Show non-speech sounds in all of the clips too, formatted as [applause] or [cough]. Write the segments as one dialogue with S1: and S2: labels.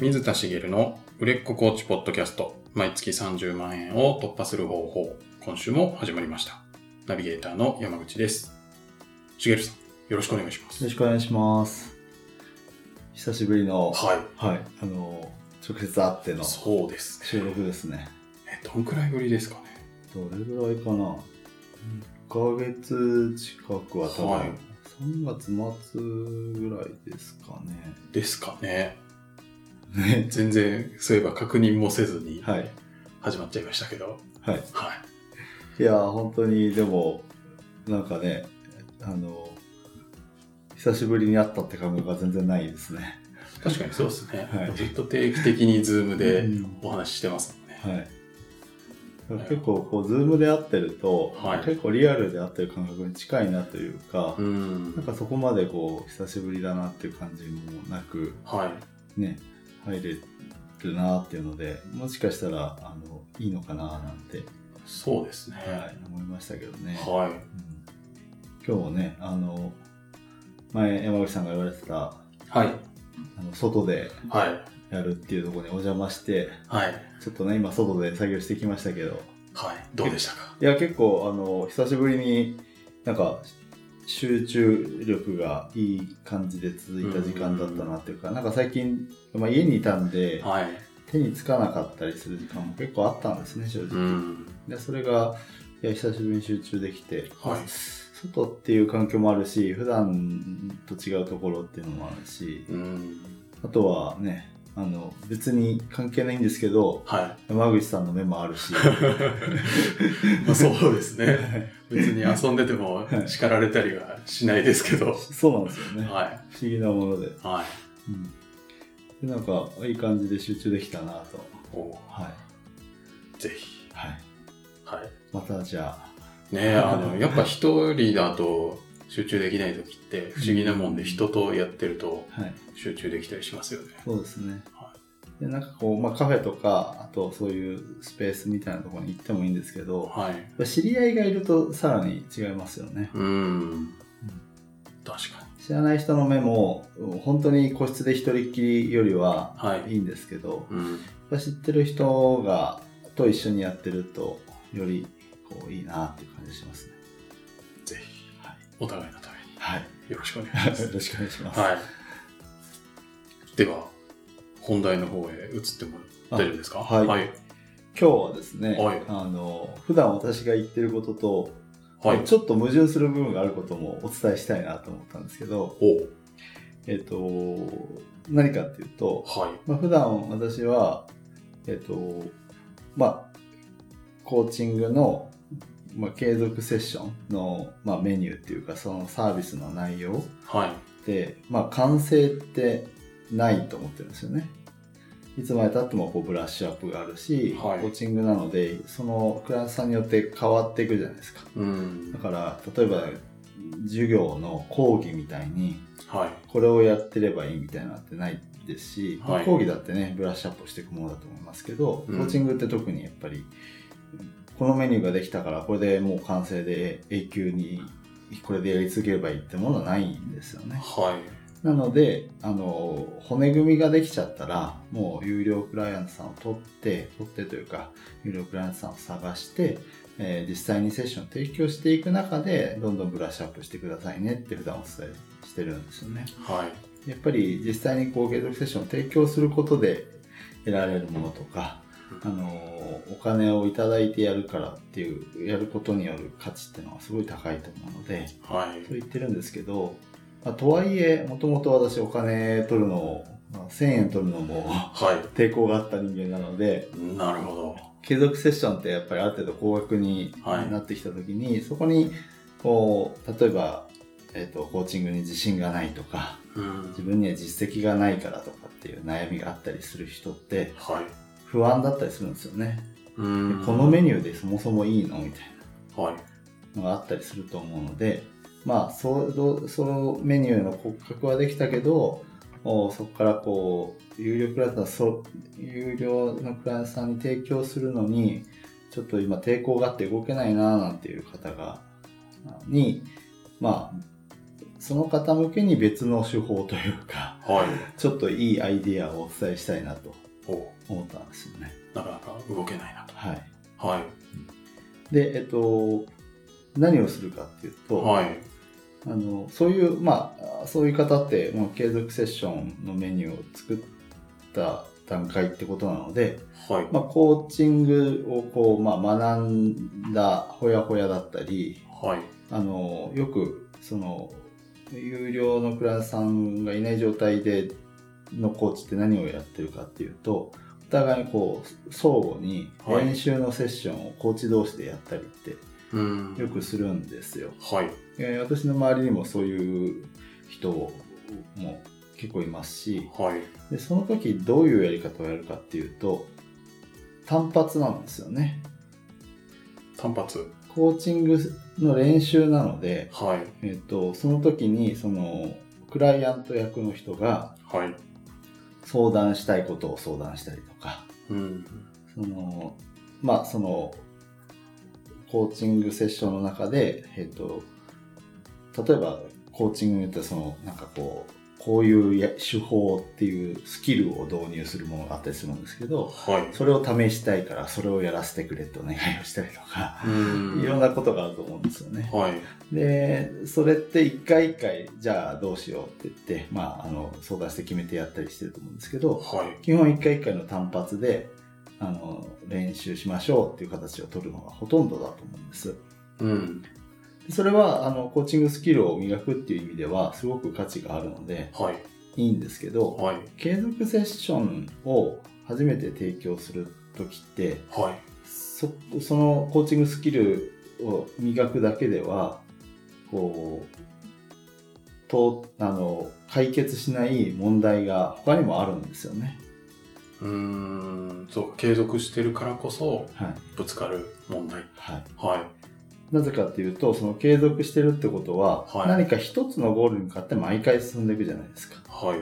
S1: 水田茂の売れっ子コーチポッドキャスト、毎月30万円を突破する方法、今週も始まりました。ナビゲーターの山口です。茂さん、よろしくお願いします。
S2: よろしくお願いします。久しぶりの、
S1: はい。
S2: はい、あの、直接会っての
S1: そうです。
S2: 収録ですね。
S1: え、どんくらいぶりですかね。
S2: どれぐらいかな ?1 ヶ月近くは多分、
S1: はい
S2: 3月末ぐらいですか
S1: ですかね。
S2: ね。ね。
S1: 全然、そういえば確認もせずに
S2: はい。
S1: 始まっちゃいましたけど。
S2: はい。
S1: はい。
S2: いや、本当に、でも、なんかね、あの、久しぶりに会ったって感覚が全然ないですね。
S1: 確かにそうですね。
S2: はい
S1: ずっと定期的にズームで
S2: うん
S1: お話ししてますもんね。
S2: はい、結構こう、ズームで会ってると、
S1: はい
S2: 結構リアルで会ってる感覚に近いなというか、
S1: うん
S2: なん。かそこまでこう久しぶりだなっていう感じもなく、
S1: はい。
S2: ね、入れるなっていうので、もしかしたらあのいいのかななんて、
S1: そうですね。
S2: はい、思いましたけどね。
S1: はい
S2: うん今日もね、あの前、山口さんが言われてたあ
S1: はい。
S2: の外で
S1: はい。
S2: やるっていうところにお邪魔して、
S1: はい。
S2: ちょっとね、今、外で作業してきましたけど。
S1: はい。どうでしたか
S2: いや結構あの久しぶりになんか集中力がいい感じで続いた時間だったなっていうか、なんか最近、まあ、家にいたんで、
S1: はい。
S2: 手につかなかったりする時間も結構あったんですね正直、
S1: うん。
S2: でそれがいや久しぶりに集中できて、
S1: はい
S2: 外っていう環境もあるし普段と違うところっていうのもあるし
S1: うん。
S2: あとはねあの別に関係ないんですけど
S1: は
S2: 山口さんの目もあ
S1: [laughs]
S2: るし
S1: い。まあ、 [laughs] そうですね。別に遊んでても
S2: はい
S1: 叱られたりはしないですけど。
S2: そうなんですよね
S1: は
S2: 不思議なもので,、
S1: い。はい。
S2: でなんかいい感じで集中できたなと
S1: お
S2: はい、
S1: ぜひ。
S2: はい、
S1: はい。
S2: またじゃあ
S1: ねえ、あの、やっぱ一人だと集中できない時って不思議なもんで人とやってると
S2: はい
S1: 集中できたりしますよね。
S2: そうですね、
S1: は
S2: でなんかこう、まあ、カフェとかあとそういうスペースみたいなところに行ってもいいんですけどやっ
S1: はい。
S2: ぱ知り合いがいるとさらに違いますよね
S1: うん。確かに。
S2: 知らない人の目もうん本当に個室で一人っきりよりは
S1: はい。
S2: いいんですけど
S1: うん。
S2: やっぱ知ってる人がと一緒にやってるとよりこういいなっていう感じしますね
S1: ぜひ
S2: はい、
S1: お互いのために
S2: [laughs] はい
S1: よろしくお願いしま
S2: よ
S1: [laughs] す。
S2: ろしくお願いします、
S1: はい。では、本題の方へ移っても大丈夫ですか
S2: あはい
S1: はい。
S2: 今日はですね、
S1: はい
S2: あの普段私が言ってることと、
S1: はい。
S2: ちょっと矛盾する部分があることもお伝えしたいなと思ったんですけど、
S1: お
S2: えっと何かっていうと、
S1: はい。
S2: まあ、普段私は、えっとまあ、コーチングの、まあ、継続セッションの、まあ、メニューっていうかそのサービスの内容
S1: はい。
S2: で、まあ、完成ってないと思ってるんですよね。いつまでたってもこうブラッシュアップがあるし、
S1: はい
S2: コーチングなのでそのクライアントさんによって変わっていくじゃないですか。
S1: うん
S2: だ。から例えば授業の講義みたいに
S1: はい。
S2: これをやってればいいみたいなのってないですし、まあ
S1: はい
S2: 講義だってねブラッシュアップしていくものだと思いますけど、
S1: うん
S2: コーチングって特にやっぱりこのメニューができたからこれでもう完成で永久にこれでやり続ければいいってものはないんですよね。
S1: はい。
S2: なのであの骨組みができちゃったらもう有料クライアントさんを取って取ってというか有料クライアントさんを探して、えー実際にセッションを提供していく中でどんどんブラッシュアップしてくださいねって普段お伝えしてるんですよね。
S1: はい。
S2: やっぱり実際にこう継続セッションを提供することで得られるものとか、あのお金をいただいてやるからっていうやることによる価値っていうのはすごい高いと思うので
S1: は
S2: そ
S1: い。
S2: う言ってるんですけど、まあ、とはいえもともと私お金取るのを、まあ1000円取るのも [laughs]
S1: は
S2: 抵抗があった人間なので
S1: い。なるほど。
S2: 継続セッションってやっぱりある程度高額に
S1: はい
S2: なってきた時に、そこにこう例えば、えっとコーチングに自信がないとか
S1: うん
S2: 自。分には実績がないからとかっていう悩みがあったりする人って
S1: はい。
S2: 不安だったりするんですよね、
S1: うん。
S2: このメニューでそもそもいいのみたい
S1: はい。
S2: なのがあったりすると思うのでまあそうどそのメニューの骨格はできたけどおそこからこう有料クライアントさんそ有料のクライアントさんに提供するのにちょっと今抵抗があって動けないななんていう方がにまあその方向けに別の手法というか、 [laughs]
S1: はい。
S2: ちょっといいアイディアをお伝えしたいなと
S1: お
S2: 思ったんですよね。
S1: なかなか動けないなと。
S2: はい。
S1: はい。
S2: で、えっと、何をするかっていうと、
S1: はい。
S2: あのそういう、まあ、そういう方って、もう継続セッションのメニューを作った段階ってことなので、
S1: はい。
S2: まあ、コーチングをこう、まあ、学んだほやほやだったり、
S1: はい。
S2: あのよくその有料のクライアントさんがいない状態でのコーチって何をやってるかっていうとお互いにこう相互に
S1: はい
S2: 練習のセッションをコーチ同士でやったりって
S1: うん。
S2: よくするんですよ。
S1: はい。
S2: えー私の周りにもそういう人も結構いますし
S1: はい。
S2: でその時どういうやり方をやるかっていうと単発なんですよね。
S1: 単発。
S2: コーチングの練習なので、
S1: はい。
S2: えっとその時にそのクライアント役の人が
S1: はい。
S2: 相談したいことを相談したりとか
S1: うん。
S2: そのまあそのコーチングセッションの中で、えっと例えばコーチングによってはそのなんかこうこういうや手法っていうスキルを導入するものがあったりするんですけど
S1: はい。
S2: それを試したいからそれをやらせてくれってお願いをしたりとか、
S1: うん。
S2: いろんなことがあると思うんですよね。
S1: はい。
S2: でそれって一回一回じゃあどうしようって言って、まあ、あの相談して決めてやったりしてると思うんですけど
S1: はい。
S2: 基本一回一回の単発であの練習しましょうっていう形を取るのがほとんどだと思うんです
S1: うん。
S2: でそれはあのコーチングスキルを磨くっていう意味ではすごく価値があるので
S1: はい。
S2: いいんですけど
S1: はい。
S2: 継続セッションを初めて提供する時って
S1: はい。
S2: そそのコーチングスキルを磨くだけではこうとあの解決しない問題が他にもあるんですよね。
S1: うーん。そう、継続してるからこそ、
S2: はい
S1: ぶつかる問題。
S2: はい、
S1: はい。
S2: なぜかっていうとその継続してるってことは、
S1: はい
S2: 何か一つのゴールに向かって毎回進んでいくじゃないですか。
S1: はい。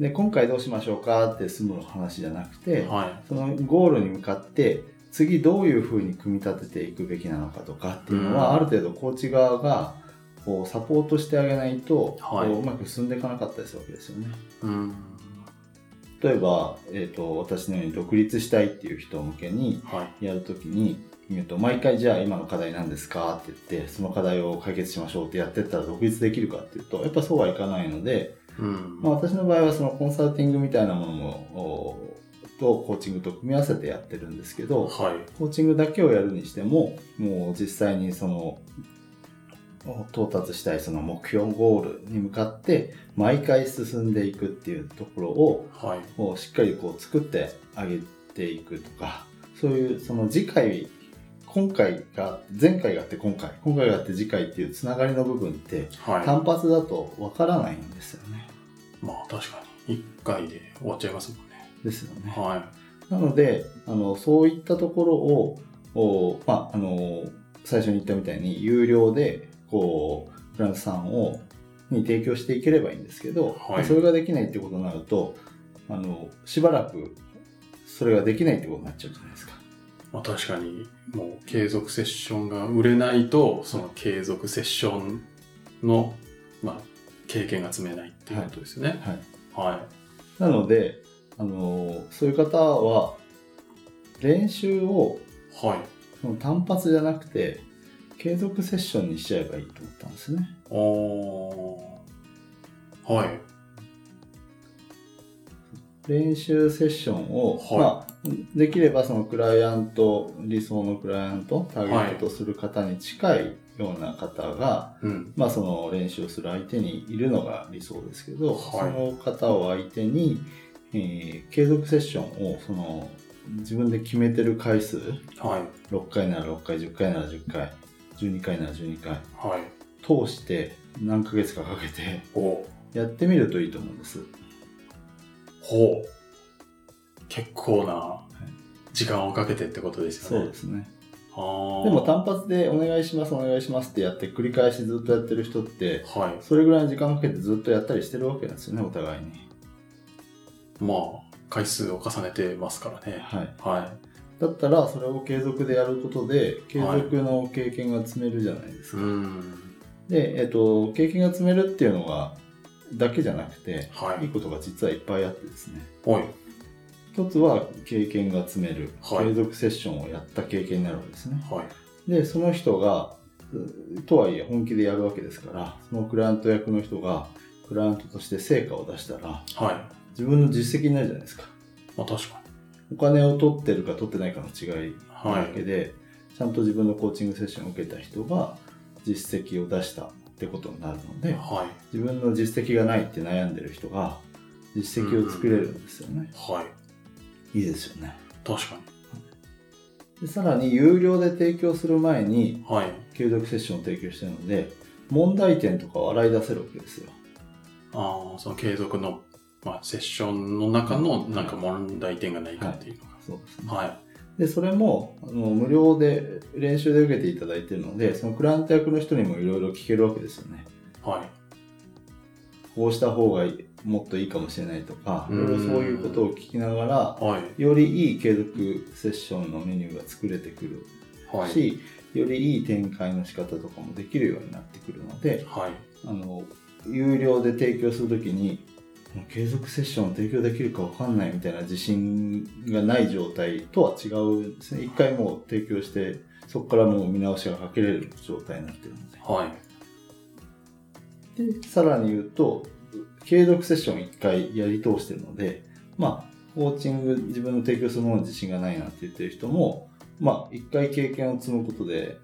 S2: で今回どうしましょうかって進むの話じゃなくて、
S1: は
S2: そのゴールに向かって次どういうふうに組み立てていくべきなのかとかっていうのは、
S1: うん
S2: ある程度コーチ側がこうサポートしてあげないと、
S1: はい
S2: こううまく進んでいかなかったりするわけですよね。
S1: い。うん。
S2: 例えば、えー、と私のように独立したいっていう人向けに
S1: はい。
S2: やるときに、えーと毎回じゃあ今の課題何ですかって言ってその課題を解決しましょうってやってったら独立できるかっていうとやっぱそうはいかないので、
S1: うん。
S2: まあ、私の場合はそのコンサルティングみたいなものもおとコーチングと組み合わせてやってるんですけど、
S1: はい。
S2: コーチングだけをやるにしてももう実際にその到達したいその目標ゴールに向かって毎回進んでいくっていうところを
S1: はい。
S2: こうしっかりこう作ってあげていくとかそういうその次回今回が前回があって今回今回があって次回っていうつながりの部分って
S1: は
S2: 単発だとわからないんですよね。
S1: い。まあ、確かに。一回で終わっちゃいますもんね。
S2: ですよね。
S1: は
S2: なのであのそういったところをお、まあ、あの最初に言ったみたいに有料でこうフランスさんをに提供していければいいんですけど、
S1: はい
S2: それができないってことになるとあのしばらくそれができないってことになっちゃうじゃないですか。
S1: い。まあ、確かに、もう継続セッションが売れないと、その継続セッションの、まあ、経験が積めないっていうことですよね。
S2: はい、
S1: は
S2: なのであのそういう方は練習を
S1: い。はい。
S2: その単発じゃなくて継続セッションにしちゃえばいいと思ったんですね。
S1: おー。はい。
S2: 練習セッションを、
S1: は
S2: まあ、できればそのクライアント理想のクライアントターゲットとする方に近いような方が、
S1: うん。
S2: まあ、その練習をする相手にいるのが理想ですけ
S1: は
S2: ど、
S1: い
S2: その方を相手に、えー継続セッションをその自分で決めてる回数
S1: はい。
S2: 6回なら6回10回なら10回12回なら12回
S1: はい。
S2: 通して何ヶ月かかけて [laughs]
S1: お
S2: やってみるといいと思うんです。
S1: ほう。結構ない時間をかけてってことです
S2: そ
S1: よ
S2: う
S1: ね
S2: で。すね
S1: あー
S2: でも単発でお願いしますお願いしますってやって繰り返しずっとやってる人って
S1: はい。
S2: それぐらいの時間かけてずっとやったりしてるわけなんですよねお互いに、
S1: まあ、回数を重ねてますからね。
S2: はい、
S1: は
S2: だったらそれを継続でやることで継続の経験が積めるじゃないで
S1: い。
S2: す
S1: う
S2: か、
S1: ん。
S2: で、えっと、経験が積めるっていうのが、だけじゃなくて、
S1: はい
S2: いいことが実はいっぱいあってですね。
S1: はい。
S2: 一つは経験が積める、
S1: はい
S2: 継続セッションをやった経験になるわけですね。
S1: はい。
S2: で、その人が、うとはいえ本気でやるわけですから、そのクライアント役の人が、クライアントとして成果を出したら、
S1: はい。
S2: 自分の実績になるじゃないですか。
S1: まあ確か
S2: お金を取ってるか取ってないかの違い
S1: に。は
S2: だ
S1: い
S2: け。で、ちゃんと自分のコーチングセッションを受けた人が実績を出したってことになるので、
S1: はい。
S2: 自分の実績がないって悩んでる人が、実績を作れるんですよね。
S1: はい。
S2: いいですよね。
S1: 確か
S2: でさらに有料で提供する前に
S1: に。はい。
S2: 継続セッションを提供してるので問題点とかを洗い出せるわけですよ
S1: ああ、その継続の、まあ、セッションの中のなんか問題点がないかっていうの
S2: そうですね
S1: が。はい。
S2: でそれもあの無料で練習で受けていただいてるのでそのクライアント役の人にもいろいろ聞けるわけですよね
S1: はい。
S2: こうした方がいいもっといいかもしれないとかい
S1: うん
S2: ろいろそういうことを聞きながら
S1: はい。
S2: よりいい継続セッションのメニューが作れてくる
S1: はい。
S2: し、よりいい展開の仕方とかもできるようになってくるので、
S1: はい。
S2: あの有料で提供するときに継続セッションを提供できるかわかんないみたいな自信がない状態とは違うんですね一回もう提供してそこからもう見直しがかけれる状態になってるの
S1: はい。
S2: ででさらに言うと継続セッション一回やり通してるのでまあコーチング自分の提供するものに自信がないなって言ってる人もまあ一回経験を積むことで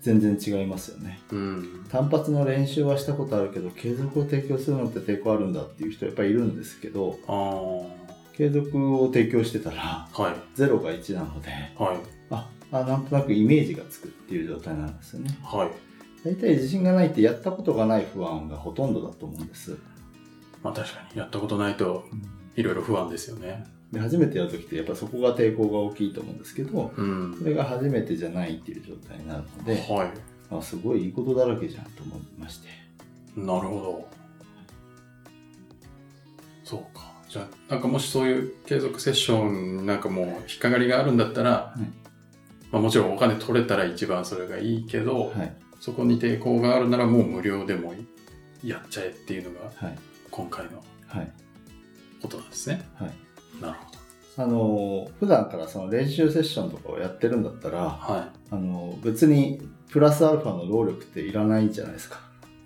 S2: 全然違いますよね
S1: うん。
S2: 単発の練習はしたことあるけど継続を提供するのって抵抗あるんだっていう人やっぱりいるんですけど
S1: ああ。
S2: 継続を提供してたら
S1: はい。
S2: 0が1なので
S1: はい。
S2: ああなんとなくイメージがつくっていう状態なんですよね
S1: はい。
S2: 大体自信がないってやったことがない不安がほとんどだと思うんです
S1: まあ確かに、やったことないといろいろ不安ですよね。
S2: で初めてやるときってやっぱそこが抵抗が大きいと思うんですけど
S1: うん
S2: そ。れが初めてじゃないっていう状態になるので
S1: はい。
S2: あすごいいいことだらけじゃんと思いまして
S1: なるほど。そうか。じゃあ、なんかもしそういう継続セッションなんかもう引っかかりがあるんだったら、
S2: うん
S1: まあもちろんお金取れたら一番それがいいけど、
S2: はい
S1: そこに抵抗があるならもう無料でもいいやっちゃえっていうのが
S2: はい
S1: 今回の
S2: はい
S1: ことなんですね。
S2: はい
S1: なるほど。
S2: あの普段からその練習セッションとかをやってるんだったら
S1: はい。
S2: あの別にプラスアルファの労力っていらないじゃないですか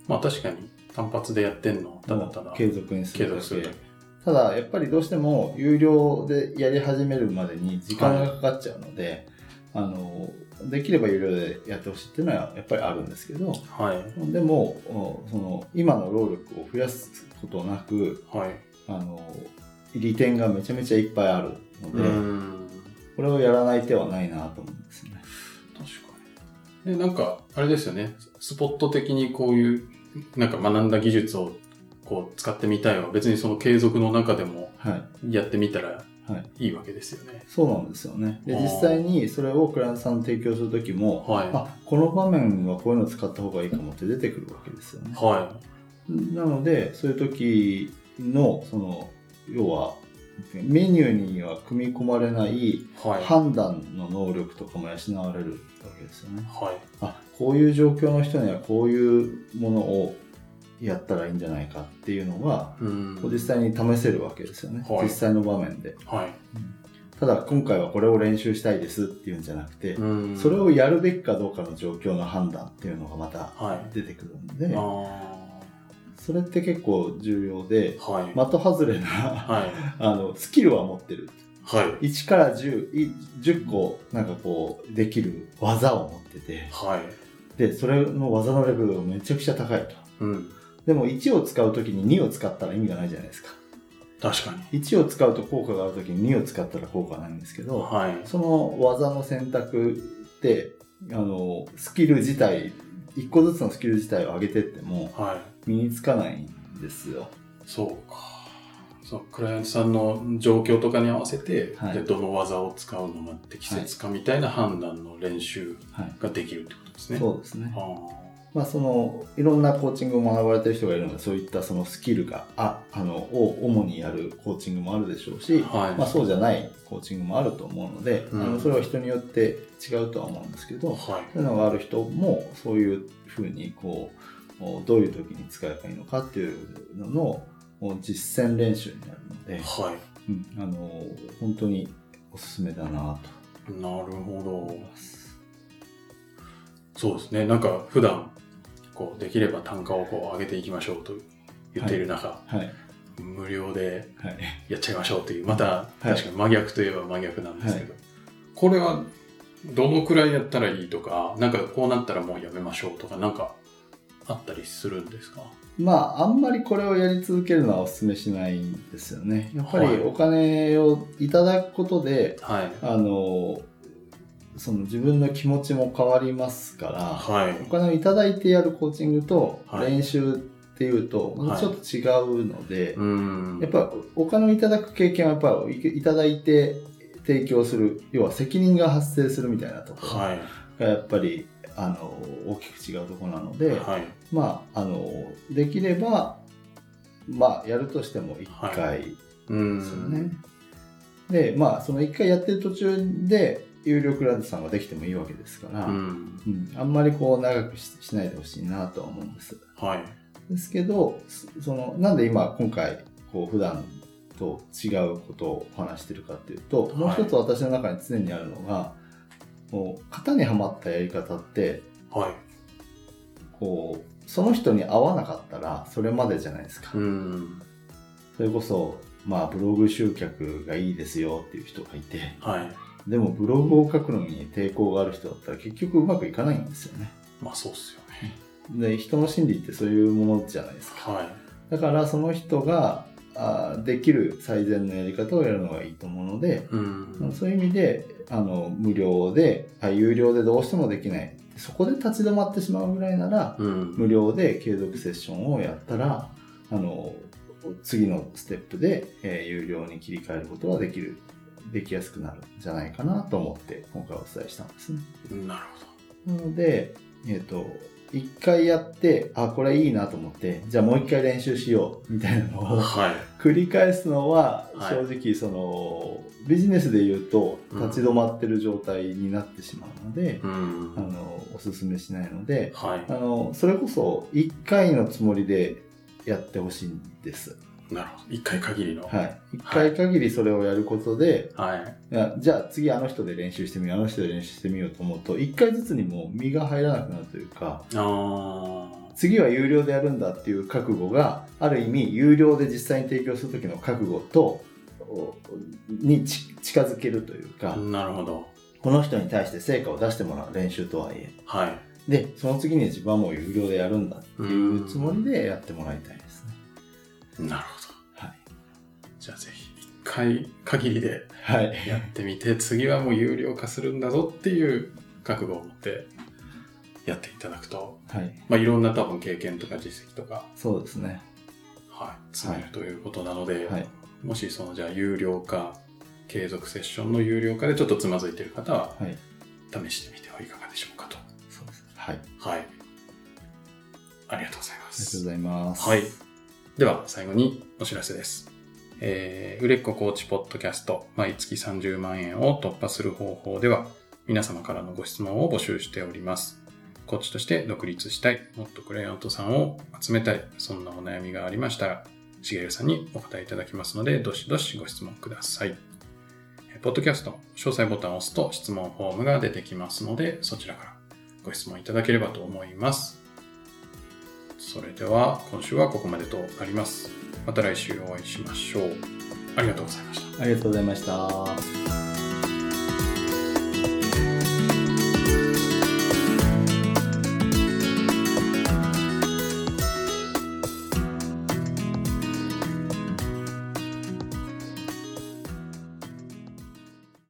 S1: まあ確かに単発でやってんの、ただた
S2: も
S1: だ
S2: う継続にす
S1: 継
S2: るだ
S1: 続
S2: け
S1: するだけ。
S2: ただやっぱりどうしても有料でやり始めるまでに時間がかかっちゃうので、あのできれば有料でやってほしいっていうのはやっぱりあるんですけど
S1: はい。
S2: でもおその今の労力を増やすことなく
S1: はい。
S2: あの利点がめちゃめちゃいっぱいあるので、
S1: うん。
S2: これをやらない手はないなと思うんですね
S1: 確かに。で、なんか、あれですよね、スポット的にこういう、なんか学んだ技術をこう使ってみたいは、別にその継続の中でも
S2: はい
S1: やってみたら
S2: はい
S1: いいわけですよね。
S2: そうなんですよね。で、
S1: あー
S2: 実際にそれをクライアントさんに提供するときも、
S1: はい。は
S2: あ、この場面はこういうの使った方がいいかもって出てくるわけですよね。
S1: い。
S2: なので、そういう時の、その、要は、メニューには組み込まれない
S1: はい。は
S2: 判断の能力とかも養われるわけですよね。
S1: い。
S2: あ、こういう状況の人にはこういうものをやったらいいんじゃないかっていうのが、
S1: うん。
S2: 実際に試せるわけですよね。
S1: はい
S2: 実際の場面で。
S1: はい。
S2: ただ今回はこれを練習したいですっていうんじゃなくて、
S1: うん。
S2: それをやるべきかどうかの状況の判断っていうのがまた
S1: はい。
S2: 出てくるんで
S1: あ、あ
S2: それって結構重要で、
S1: ー。はい。
S2: 的外れな [laughs]
S1: はい。
S2: あのスキルは持ってる。
S1: はい。
S2: 1から10、い10個なんかこうできる技を持ってて、
S1: はい。
S2: で、それの技のレベルがめちゃくちゃ高いと。
S1: うん。
S2: でも1を使うときに2を使ったら意味がないじゃないですか。
S1: 確かに。
S2: 1を使うと効果があるときに2を使ったら効果ないんですけど、
S1: はい。
S2: その技の選択ってあのスキル自体一個ずつのスキル自体を上げてっても
S1: はい。
S2: 身につかないんですよ。
S1: そうか。そう、クライアントさんの状況とかに合わせて、
S2: はい
S1: じゃあどの技を使うのが適切かみたいな判断の練習
S2: はい、
S1: ができるってことですね。
S2: そうですね。
S1: あ
S2: まあ、そのいろんなコーチングを学ばれてる人がいるのでそういったそのスキルがああのを主にやるコーチングもあるでしょうし、
S1: はい
S2: まあ、そうじゃないコーチングもあると思うので、
S1: うん
S2: あのそれは人によって違うとは思うんですけどそ
S1: は
S2: ういうのがある人もそういうふうにこうおどういう時に使えばいいのかっていうののお実践練習になるの
S1: い
S2: で、
S1: は
S2: うんあの本当におすすめだなと
S1: いなるほど
S2: 思います。
S1: そうですねなんか普段こうできれば単価をこう上げていきましょうと言っている中、
S2: はい、
S1: 無料で
S2: はい
S1: やっちゃいましょうというまた
S2: い
S1: 確かに真逆といえば真逆なんですけど、これはどのくらいやったらいいとかなんかこうなったらもうやめましょうとかなんかあったりするんですか
S2: まあ、あんまりこれをやり続けるのはお勧めしないんですよね。やっぱ
S1: はい
S2: りお金をいただくことで、
S1: はい
S2: あのその自分の気持ちも変わりますから、
S1: はい
S2: お金をいただいてやるコーチングと
S1: はい
S2: 練習っていうと、またちょっと違うので、
S1: うん
S2: やっぱお金をいただく経験はやっぱりいただいて提供する、要は責任が発生するみたいなとこ
S1: はい
S2: ろがやっぱり、あの大きく違うところなので、
S1: はい
S2: まあ、あのできれば、まあ、やるとしても1
S1: は
S2: 回
S1: う
S2: ですよね。
S1: ん
S2: でまあその1回やってる途中で有料クライアントさんができてもいいわけですから、
S1: うん
S2: うんあんまりこう長くししないでほしいなとは思うんです。
S1: はい
S2: ですけどそそのなんで今今回こう普段と違うことをお話してるかっていうと、もう一つ私の中に常にあるのがこう型にはまったやり方って
S1: はい
S2: こうその人に合わなかったらそれまでじゃないですか、
S1: うん
S2: それこそまあブログ集客がいいですよっていう人がいて
S1: はい
S2: でもブログを書くのに抵抗がある人だったら結局うまくいかないんですよね
S1: まあそうっすよね
S2: で人の心理ってそういうものじゃないですか
S1: はい
S2: だからその人があーできる最善のやり方をやるのがいいと思うので、
S1: うん
S2: そういう意味であの無料であ有料でどうしてもできないそこで立ち止まってしまうぐらいなら
S1: うん
S2: 無料で継続セッションをやったらあの次のステップで、えー有料に切り替えることはできるできやすくなるんじゃないかなと思って今回お伝えしたんですね。
S1: なる
S2: なので、えー、と1回やってあこれいいなと思ってじゃあもう1回練習しようみたいなの
S1: ほど
S2: を
S1: はい
S2: 繰り返すのは
S1: はい
S2: 正直その、ビジネスで言うと
S1: うん
S2: 立ち止まってる状態になってしまうので、
S1: うん
S2: あのおすすめしないので、あ
S1: は
S2: のそれこそ1回のつもりでやってほしいんです、
S1: いなるほど一回限りの
S2: はい、1回限りそれをやることで、
S1: はい
S2: いやじゃあ次あの人で練習してみようあの人で練習してみようと思うと1回ずつにもう身が入らなくなるというか
S1: ああ
S2: 次は有料でやるんだっていう覚悟がある意味有料で実際に提供する時の覚悟とおにち近づけるというか、
S1: なるほど。
S2: この人に対して成果を出してもらう練習とはいえ
S1: はい。
S2: でその次に自分はもう有料でやるんだっていうつもりでやってもらいたいですね。
S1: なる
S2: はい
S1: ほど。じゃあぜひ、一回限りで
S2: はい、
S1: やってみて、次はもう有料化するんだぞっていう覚悟を持ってやっていただくと、
S2: はい、
S1: まあ、いろんな多分経験とか実績とか、
S2: そうですね。
S1: はい、積めるということなので、
S2: はい、
S1: もしその、じゃあ有料化、継続セッションの有料化でちょっとつまずいている方は、
S2: はい、
S1: 試してみてはいかがでしょうかと。
S2: そうです。はい、あり
S1: はい。ありがとうございま
S2: がと
S1: す
S2: う。ございます。
S1: はい。では、最後にお知らせです。えー、売れっ子コーチポッドキャスト、毎月30万円を突破する方法では、皆様からのご質問を募集しております。コーチとして独立したい、もっとクライアントさんを集めたい、そんなお悩みがありましたら、しげるさんにお答えいただきますので、どしどしご質問ください。えーポッドキャストの詳細ボタンを押すと質問フォームが出てきますので、そちらからご質問いただければと思います。それでは今週はここまでとなります。また来週お会いしましょう。ありがとうございました。
S2: ありがとうございました。